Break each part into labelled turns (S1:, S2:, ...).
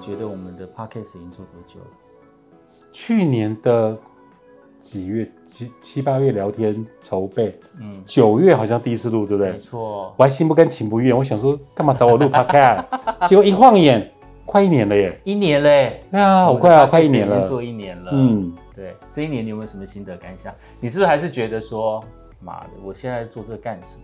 S1: 觉得我们的 podcast 已经做多久了？
S2: 去年的几月七七八月聊天筹备，
S1: 嗯，
S2: 九月好像第一次录，对不
S1: 没
S2: 对？
S1: 错，
S2: 我还心不甘情不愿，我想说干嘛找我录 podcast？结果一晃眼，快一年了耶！
S1: 一年嘞，
S2: 对啊，
S1: 我
S2: 好
S1: 们的
S2: 快啊，
S1: podcast
S2: 快一年
S1: 已经
S2: 了。
S1: 做一年了。嗯，
S2: 嗯，
S1: 对，这一年你有没有什么心得感想？你是不是还是觉得说，妈的，我现在做这个干什么？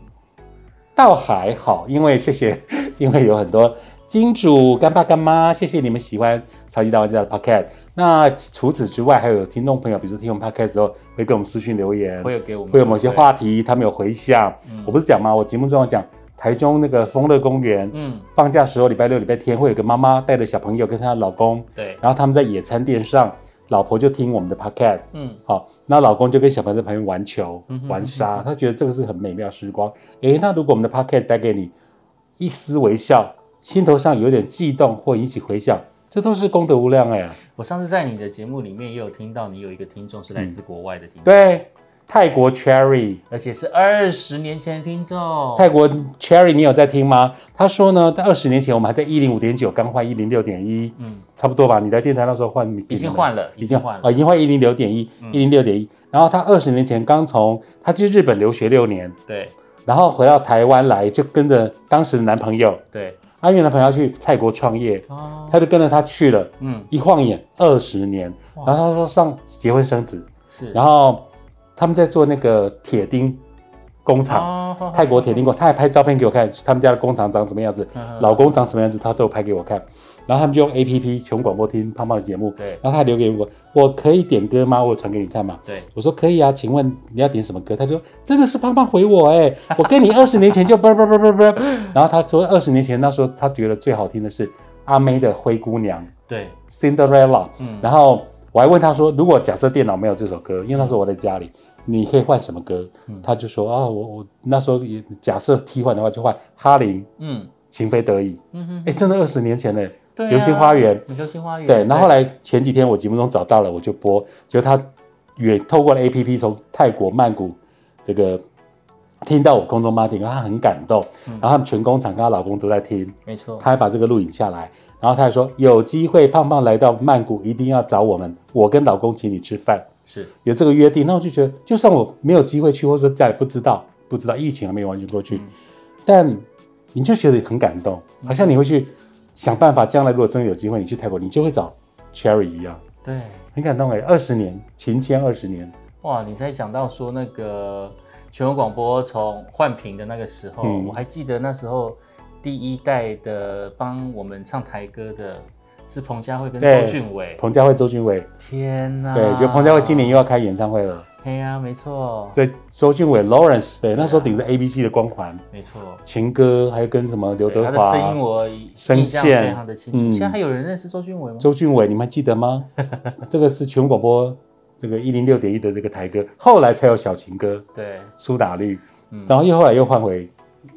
S2: 倒还好，因为谢谢， 因为有很多金主干爸干妈，谢谢你们喜欢超级大玩家的 podcast。那除此之外，还有听众朋友，比如说听我们 podcast 之后，会给我们私讯留言，
S1: 嗯会有给我们
S2: 会有某些，话题，他们有回想。
S1: 嗯
S2: 我不是讲吗？我节目中有讲台中那个丰乐公园，
S1: 嗯，
S2: 放假时候礼拜六、礼拜天会有个妈妈带着小朋友跟她的老公，
S1: 对，
S2: 然后他们在野餐垫上，老婆就听我们的 podcast，
S1: 嗯，
S2: 好、那老公就跟小朋友在旁边玩球、
S1: 嗯哼
S2: 玩沙，他觉得这个是很美妙的时光。诶，那如果我们的 podcast 带给你一丝微笑，心头上有点悸动或引起回响，这都是功德无量哎、
S1: 我上次在你的节目里面也有听到，你有一个听众是来自国外的听众，
S2: 对，泰国 Cherry。
S1: 而且是二十年前的听众，
S2: 泰国 Cherry，你有在听吗？他说呢，在二十年前我们还在一零五点九，刚换一零六点一，
S1: 嗯，
S2: 差不多吧。你在电台那时候换频率
S1: 已经换了，
S2: 已经
S1: 换
S2: 换
S1: 了，
S2: 哦
S1: 嗯
S2: 已经换一零六点一，一零六点一。然后他二十年前刚从他去日本留学六年，
S1: 对
S2: 然后回到台湾来，就跟着当时的男朋友，
S1: 对，
S2: 阿月男朋友要去泰国创业，
S1: 哦，
S2: 他就跟着他去了，
S1: 嗯，
S2: 一晃眼二十年。
S1: 哇
S2: 然后他说上结婚生子，
S1: 是，
S2: 然后他们在做那个铁钉工厂。
S1: 后
S2: 泰国铁钉工，他还拍照片给我看，他们家的工厂长什么样子，
S1: 嗯
S2: 老公长什么样子，他都有拍给我看。然后他们就用 A P P 全国广播听胖胖的节目，
S1: 对
S2: 然后他还留给我，我可以点歌吗？我传给你看嘛。
S1: 对，
S2: 我说可以啊，请问你要点什么歌？他说真的是胖胖回我哎、我跟你二十年前就啵啵啵啵啵。然后他说二十年前那时候他觉得最好听的是阿妹的《灰姑娘
S1: 对，》
S2: （Cinderella）。
S1: 嗯，
S2: 然后我还问他说，如果假设电脑没有这首歌，因为那时候我在家里，你可以换什么歌？
S1: 嗯
S2: 他就说啊，我我那时候也假设替换的话就换哈林《
S1: 嗯
S2: 情非得已》。
S1: 嗯哼，
S2: 哎，真的二十年前嘞、
S1: 对啊
S2: 流星花园，
S1: 流星花园，
S2: 对，然后后来前几天我节目中找到了，我就播，结果他远透过了 A P P 从泰国曼谷这个听到我空中 Martin，他很感动，
S1: 嗯
S2: 然后他们全工厂跟她老公都在听，
S1: 没错，
S2: 他还把这个录影下来，然后他还说有机会胖胖来到曼谷一定要找我们，我跟老公请你吃饭，
S1: 是
S2: 有这个约定，那我就觉得就算我没有机会去，或者家里不知道不知道疫情还没有完全过去，但你就觉得很感动，好像你会去想办法，将来如果真的有机会你去泰国，你就会找 Cherry 一样，
S1: 对。
S2: 很感动哎、二十年情牵二十年，
S1: 哇，你才讲到说那个全国广播从换屏的那个时候，
S2: 嗯
S1: 我还记得那时候第一代的帮我们唱台歌的是彭佳慧跟
S2: 对
S1: 周俊伟。
S2: 彭佳慧、周俊伟，
S1: 天呐！
S2: 对，就彭佳慧今年又要开演唱会了，
S1: 嘿呀、没错，
S2: 对，周俊伟、Lawrence，对，那时候顶着 ABC 的光环，
S1: 没错。
S2: 情歌，还有跟什么刘
S1: 对
S2: 德
S1: 他的
S2: 华、啊
S1: 声音我印
S2: 声
S1: 象非
S2: 线
S1: 常的清楚。
S2: 嗯
S1: 现在还有人认识周俊伟吗？
S2: 周俊伟，你们还记得吗？ 这个是全国广播这个一零六点一的这个台歌，后来才有小情歌
S1: 对，
S2: 苏打绿，
S1: 嗯
S2: 然后又后来又换回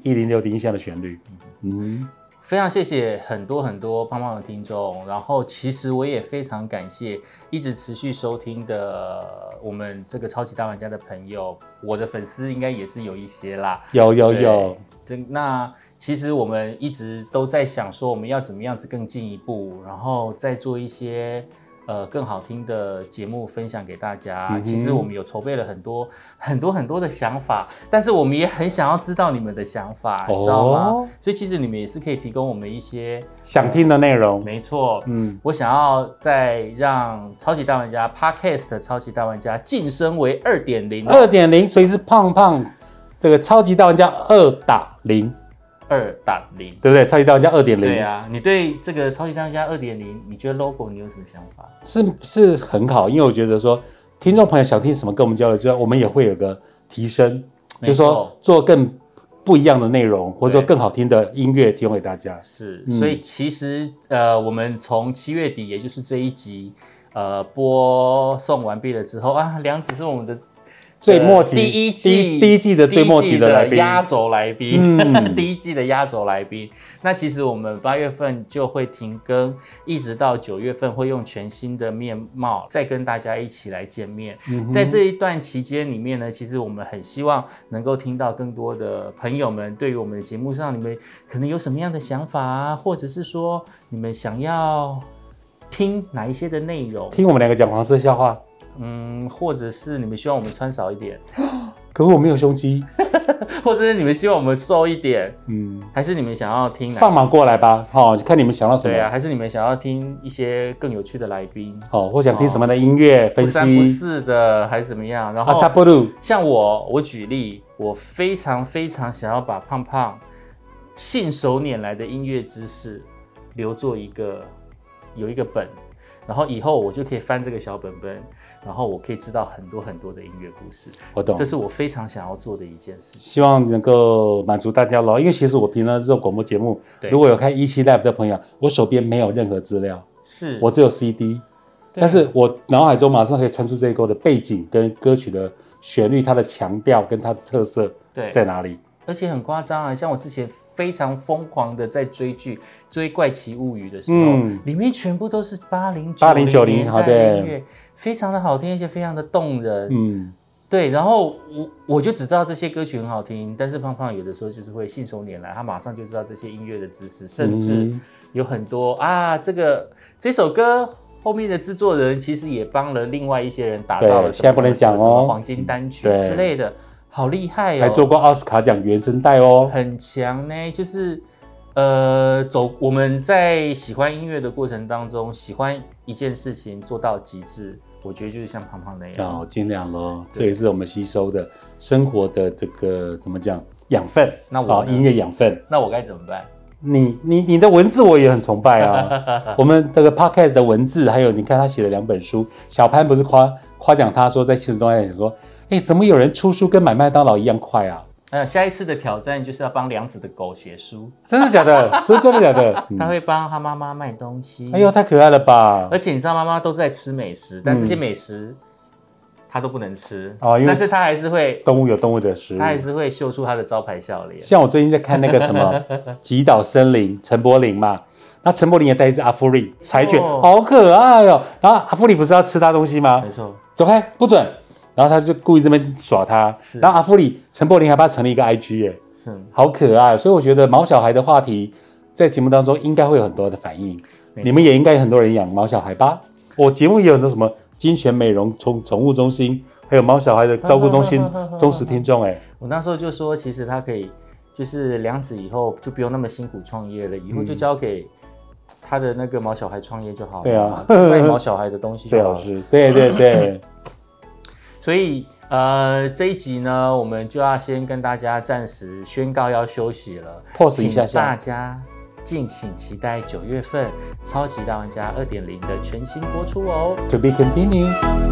S2: 一零六点一下的旋律。嗯，
S1: 非常谢谢很多很多胖胖的听众，然后其实我也非常感谢一直持续收听的呃我们这个超级大玩家的朋友，我的粉丝应该也是有一些啦。
S2: 有有
S1: 对
S2: 有，
S1: 真那其实我们一直都在想说，我们要怎么样子更进一步，然后再做一些呃更好听的节目分享给大家。
S2: 嗯哼
S1: 其实我们有筹备了很多很多很多的想法，但是我们也很想要知道你们的想法，你知道吗？
S2: 哦
S1: 所以其实你们也是可以提供我们一些，
S2: 想听的内容。
S1: 没错。
S2: 嗯，
S1: 我想要再让超级大玩家 Podcast 的超级大玩家晋升为二点零
S2: 二点零，所以是胖胖这个超级大玩家二打零，
S1: 二打零。
S2: 对不对？超级大玩家二点
S1: 对
S2: 零
S1: 啊，你对这个超级大玩家二点零，你觉得 logo 你有什么想法？
S2: 是是很好，因为我觉得说听众朋友想听什么跟我们交流之外，我们也会有个提升，
S1: 没
S2: 就是说
S1: 错，
S2: 做更不一样的内容，或者说
S1: 对
S2: 更好听的音乐提供给大家。
S1: 是，所以其实呃，我们从七月底，也就是这一集，呃，播送完毕了之后啊，梁子是我们的
S2: 最末期
S1: 呃第一季
S2: 第第一季的最末期的来
S1: 第一季
S2: 宾
S1: 的，压轴来宾，
S2: 嗯
S1: 第一季的压轴来宾。那其实我们八月份就会停更，一直到九月份会用全新的面貌再跟大家一起来见面。
S2: 嗯
S1: 在这一段期间里面呢，其实我们很希望能够听到更多的朋友们对于我们的节目上，你们可能有什么样的想法啊，或者是说你们想要。听哪一些的内容？
S2: 听我们两个讲黄色笑话，
S1: 嗯，或者是你们希望我们穿少一点，
S2: 可是我没有胸肌，
S1: 或者是你们希望我们瘦一点，
S2: 嗯，
S1: 还是你们想要听哪？
S2: 放马过来吧，好、哦，看你们想到什么，
S1: 嗯对啊，还是你们想要听一些更有趣的来宾，
S2: 哦，或想听什么样的音乐、分
S1: 不哦三不
S2: 析，啊
S1: 四哦的，还是怎么样？然
S2: 阿
S1: 后
S2: 萨布鲁，
S1: 像我，我举例，我非常非常想要把胖胖信手拈来的音乐知识留作一个有一个本，然后以后我就可以翻这个小本本，然后我可以知道很多很多的音乐故事，
S2: 我懂
S1: 这。是我非常想要做的一件事情。
S2: 希望能够满足大家咯，因为其实我平常这种广播节目，
S1: 对
S2: 如果有看一期 live 的朋友，我手边没有任何资料，
S1: 是
S2: 我只有 CD，
S1: 对
S2: 但是我脑海中马上可以穿出这一歌的背景跟歌曲的旋律，它的强调跟它的特色
S1: 对，
S2: 在哪里？
S1: 而且很夸张啊！像我之前非常疯狂的在追剧，追《怪奇物语》的时候，
S2: 嗯
S1: 里面全部都是八零
S2: 80 90
S1: 年
S2: 好
S1: 代
S2: 的
S1: 的音乐，非常的好听，而且非常的动人。
S2: 嗯，
S1: 对，然后我我就只知道这些歌曲很好听，但是胖胖有的时候就是会信手拈来，他马上就知道这些音乐的知识，甚至
S2: 嗯
S1: 有很多啊，这个这首歌后面的制作人其实也帮了另外一些人打造了
S2: 对
S1: 什么
S2: 现在不能
S1: 什么什么
S2: 讲哦
S1: 什么黄金单曲
S2: 对
S1: 之类的，好厉害
S2: 还做
S1: 哦，
S2: 过奥斯卡奖原声带哦。
S1: 很强呢，就是。呃，走，我们在喜欢音乐的过程当中，喜欢一件事情做到极致，我觉得就是像胖胖那样。
S2: 哦，尽量咯，
S1: 对
S2: 这也是我们吸收的生活的这个怎么讲养分？
S1: 那我
S2: 哦
S1: 呢
S2: 音乐养分。
S1: 那我该怎么办？
S2: 你你你的文字我也很崇拜啊。我们这个 podcast 的文字，还有你看他写了两本书，小潘不是夸夸奖他说在现实中也说，哎、怎么有人出书跟买麦当劳一样快啊？
S1: 呃，下一次的挑战就是要帮梁子的狗写书，
S2: 真的假的？真真的假的？嗯
S1: 他会帮他妈妈卖东西。
S2: 哎呦，，太可爱 了吧！
S1: 而且你知道妈妈都是在吃美食，但这些美食他都不能吃，
S2: 嗯哦因为
S1: 但是他还是会，
S2: 动物有动物的食物
S1: 他。还是会秀出他的招牌笑脸。
S2: 像我最近在看那个什么《极岛森林》，陈柏霖嘛，那陈柏霖也带一只阿芙丽柴犬，
S1: 哦
S2: 好可爱哦。然后阿芙丽不是要吃他东西吗
S1: 没？错，
S2: 走开，不准。然后他就故意这边耍他，
S1: 是
S2: 然后阿芙里陈柏霖还帮他成立一个 IG 耶，
S1: 嗯，
S2: 好可爱。所以我觉得毛小孩的话题在节目当中应该会有很多的反应，
S1: 没错
S2: 你们也应该有很多人养毛小孩吧？我节目也有很多什么金泉美容宠宠物中心，还有毛小孩的照顾中 心忠实听众哎，
S1: 我那时候就说，其实他可以，就是梁子以后就不用那么辛苦创业了，以后就交给他的那个毛小孩创 业就好了，
S2: 嗯对啊
S1: 卖毛小孩的东西
S2: 最
S1: 就好
S2: 好
S1: 了。
S2: 是， 对啊对 对，
S1: 所以呃，这一集呢，我们就要先跟大家暂时宣告要休息了
S2: pause 一下
S1: 请大
S2: 下，
S1: 家敬请期待九月份《超级大玩家》二点零的全新播出哦。
S2: To be continued。